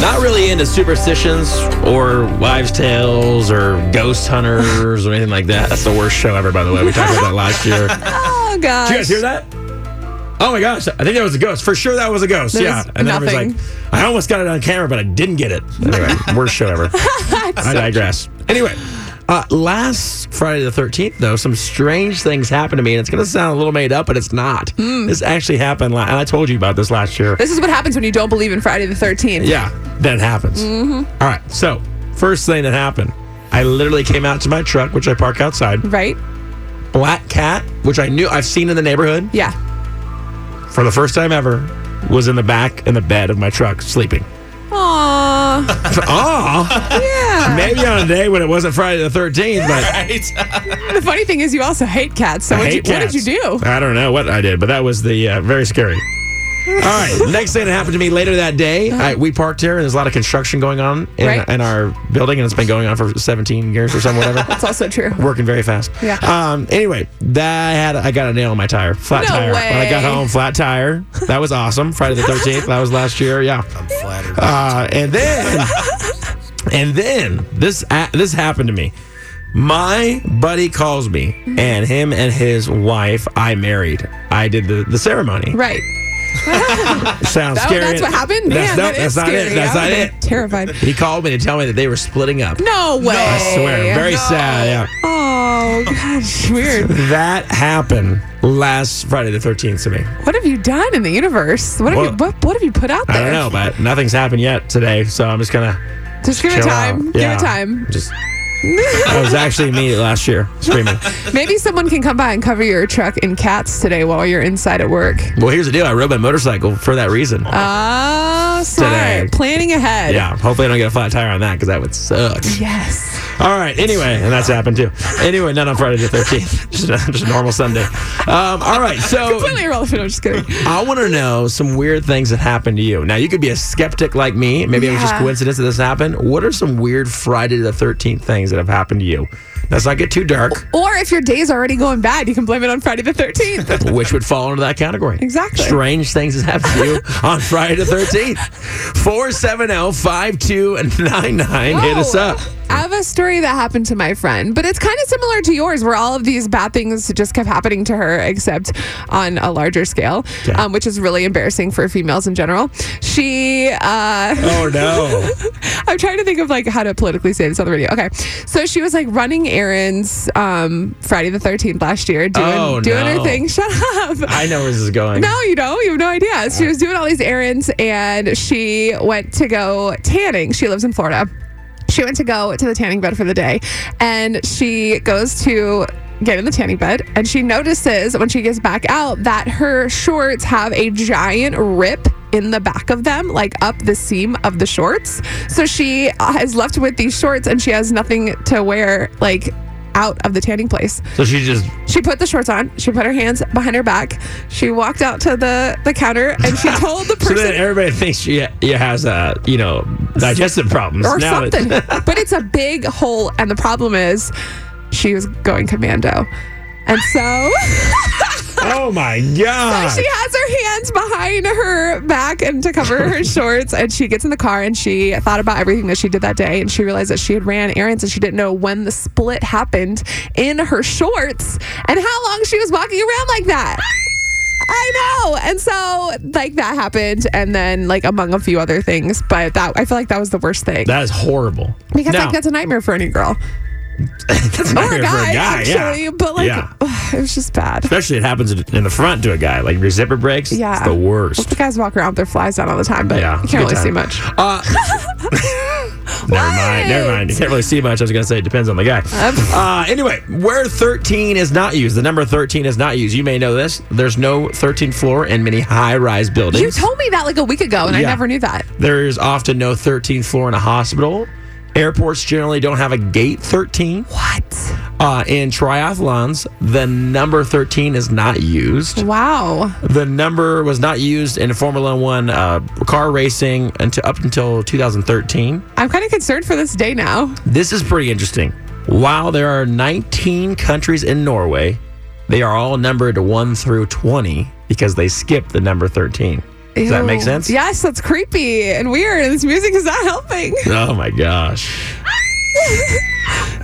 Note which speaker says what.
Speaker 1: Not really into superstitions or wives' tales or ghost hunters or anything like that. That's the worst show ever, by the way. We talked about that last year. Did
Speaker 2: Oh gosh.
Speaker 1: you guys hear that? Oh my gosh, I think that was a ghost. For sure, that was a ghost.
Speaker 2: There's
Speaker 1: yeah. And then everyone's
Speaker 2: nothing.
Speaker 1: like, I almost got it on camera, but I didn't get it. Anyway, worst show ever. I digress. Anyway, uh, last Friday the 13th, though, some strange things happened to me, and it's going to sound a little made up, but it's not. This actually happened, la- and I told you about this last year.
Speaker 2: This is what happens when you don't believe in Friday the 13th.
Speaker 1: Yeah, that happens.
Speaker 2: Mm-hmm.
Speaker 1: All right. So, first thing that happened, I literally came out to my truck, which I park outside.
Speaker 2: Right?
Speaker 1: Black cat, which I knew I've seen in the neighborhood
Speaker 2: Yeah.
Speaker 1: for the first time ever, was in the back in the bed of my truck sleeping.
Speaker 2: Aww.
Speaker 1: Oh,
Speaker 2: Yeah.
Speaker 1: maybe on a day when it wasn't Friday the 13th, but
Speaker 3: Right?
Speaker 2: The funny thing is, you also hate cats. So
Speaker 1: I
Speaker 2: what, you,
Speaker 1: hate
Speaker 2: what did you do?
Speaker 1: cats. I don't know what I did, but that was the uh, very scary. All right. Next thing that happened to me later that day, I, we parked here, and there's a lot of construction going on in,
Speaker 2: Uh-huh. Right.
Speaker 1: in our building, and it's been going on for 17 years or something, whatever.
Speaker 2: That's also true.
Speaker 1: working very fast.
Speaker 2: Yeah.
Speaker 1: Um. Anyway, that I had I got a nail in my tire, flat
Speaker 2: No
Speaker 1: tire. When I got
Speaker 2: way.
Speaker 1: home, flat tire. That was awesome. Friday the thirteenth. that was last year. Yeah.
Speaker 3: I'm flattered.
Speaker 1: Uh, and then, and then this a this happened to me. My buddy calls me,
Speaker 2: Mm-hmm.
Speaker 1: and him and his wife I married. I did the, the ceremony.
Speaker 2: Right.
Speaker 1: Sounds
Speaker 2: Oh,
Speaker 1: scary.
Speaker 2: that's what happened?
Speaker 1: That's, not,
Speaker 2: Man, that is
Speaker 1: that's not
Speaker 2: scary.
Speaker 1: it. That's
Speaker 2: I
Speaker 1: not
Speaker 2: would've
Speaker 1: it.
Speaker 2: been Terrified.
Speaker 1: He called me to tell me that they were splitting up.
Speaker 2: No way.
Speaker 1: I swear. Very sad. Yeah.
Speaker 2: Oh, gosh. Weird.
Speaker 1: That happened last Friday the 13th to me.
Speaker 2: What have you done in the universe? What have, you,
Speaker 1: Well,
Speaker 2: what, what have you put out there?
Speaker 1: I don't know, but nothing's happened yet today, so I'm just gonna
Speaker 2: Just give it
Speaker 1: chill
Speaker 2: time.
Speaker 1: out.
Speaker 2: Give
Speaker 1: Yeah.
Speaker 2: it time.
Speaker 1: Just that was actually me last year screaming.
Speaker 2: Maybe someone can come by and cover your truck in cats today while you're inside at work.
Speaker 1: Well, here's the deal: I rode my motorcycle for that reason.
Speaker 2: Uh, Oh, smart.
Speaker 1: Today.
Speaker 2: Planning ahead.
Speaker 1: yeah, hopefully I don't get a flat tire on that because that would suck.
Speaker 2: Yes.
Speaker 1: All right. Anyway, and that's happened too. Anyway, not on Friday the 13th. Just a, just a normal Sunday. Um, all right. So
Speaker 2: Completely irrelevant. I'm just kidding.
Speaker 1: I want to know some weird things that happened to you. Now, you could be a skeptic like me. Maybe it was just
Speaker 2: Yeah.
Speaker 1: coincidence that this happened. What are some weird Friday the 13th things that have happened to you? Let's not get too dark,
Speaker 2: Or if your day's already going bad, you can blame it on Friday the 13th.
Speaker 1: which would fall into that category.
Speaker 2: Exactly.
Speaker 1: Strange things that happened to you on Friday the 13th. 470 5299. Hit us
Speaker 2: Oh,
Speaker 1: up.
Speaker 2: I have a story that happened to my friend, but it's kind of similar to yours, where all of these bad things just kept happening to her, except on a larger scale,
Speaker 1: Okay.
Speaker 2: um, which is really embarrassing for females in general. She, uh,
Speaker 1: Oh, no.
Speaker 2: I'm trying to think of like how to politically say this on the radio. Okay, so she was like running errands um, Friday the 13th last year, doing
Speaker 1: Oh,
Speaker 2: doing
Speaker 1: no.
Speaker 2: her thing. Shut up.
Speaker 1: I know where this is going.
Speaker 2: No, you don't. You have no idea. She was doing all these errands and she went to go tanning. She lives in Florida. She went to go to the tanning bed for the day and she goes to get in the tanning bed and she notices when she gets back out that her shorts have a giant rip in the back of them like up the seam of the shorts so she uh, is left with these shorts and she has nothing to wear like out of the tanning place
Speaker 1: So she just,
Speaker 2: she put the shorts on. She put her hands behind her back. She walked out to the, the counter and she told the
Speaker 1: so
Speaker 2: person
Speaker 1: then everybody thinks she, she has, uh, you know, digestive problems.
Speaker 2: or
Speaker 1: Now that-
Speaker 2: something. but it's a big hole, and the problem is she was going commando, and so.
Speaker 1: oh, my God.
Speaker 2: she has her hands behind her back and to cover her shorts and she gets in the car and she thought about everything that she did that day and she realized that she had ran errands and she didn't know when the split happened in her shorts and how long she was walking around like that I know. And so like that happened and then like among a few other things, but that I feel like that was the worst thing.
Speaker 1: That is horrible.
Speaker 2: because
Speaker 1: Now-
Speaker 2: like that's a nightmare for any girl.
Speaker 1: that's
Speaker 2: Or
Speaker 1: not
Speaker 2: a
Speaker 1: fair
Speaker 2: guy,
Speaker 1: yeah.
Speaker 2: actually. But like
Speaker 1: Yeah.
Speaker 2: it was just bad.
Speaker 1: especially it happens in in the front to a guy. Like your zipper breaks,
Speaker 2: Yeah.
Speaker 1: it's the worst.
Speaker 2: The guys walk around with their flies down all the time, but
Speaker 1: Yeah,
Speaker 2: you
Speaker 1: it's a
Speaker 2: can't
Speaker 1: good
Speaker 2: really see
Speaker 1: time.
Speaker 2: much.
Speaker 1: Uh, never mind, never mind. You can't really see much. I was gonna say it depends on the guy.
Speaker 2: Um.
Speaker 1: Uh, anyway, where thirteen is not used, the number thirteen is not used. You may know this. There's no 13th floor in many high-rise buildings.
Speaker 2: You told me that like a week ago, and I
Speaker 1: Yeah.
Speaker 2: never knew that.
Speaker 1: There is often no 13th floor in a hospital. Airports generally don't have a gate 13.
Speaker 2: What?
Speaker 1: Uh, in triathlons, the number 13 is not used.
Speaker 2: Wow.
Speaker 1: The number was not used in Formula One uh, car racing until up until 2013.
Speaker 2: I'm kind of concerned for this day now.
Speaker 1: This is pretty interesting. While there are 19 countries in Norway, they are all numbered 1 through 20 because they skipped the number 13. Does that make
Speaker 2: Ew.
Speaker 1: sense?
Speaker 2: Yes, that's creepy and weird. And this music is not helping.
Speaker 1: Oh my gosh.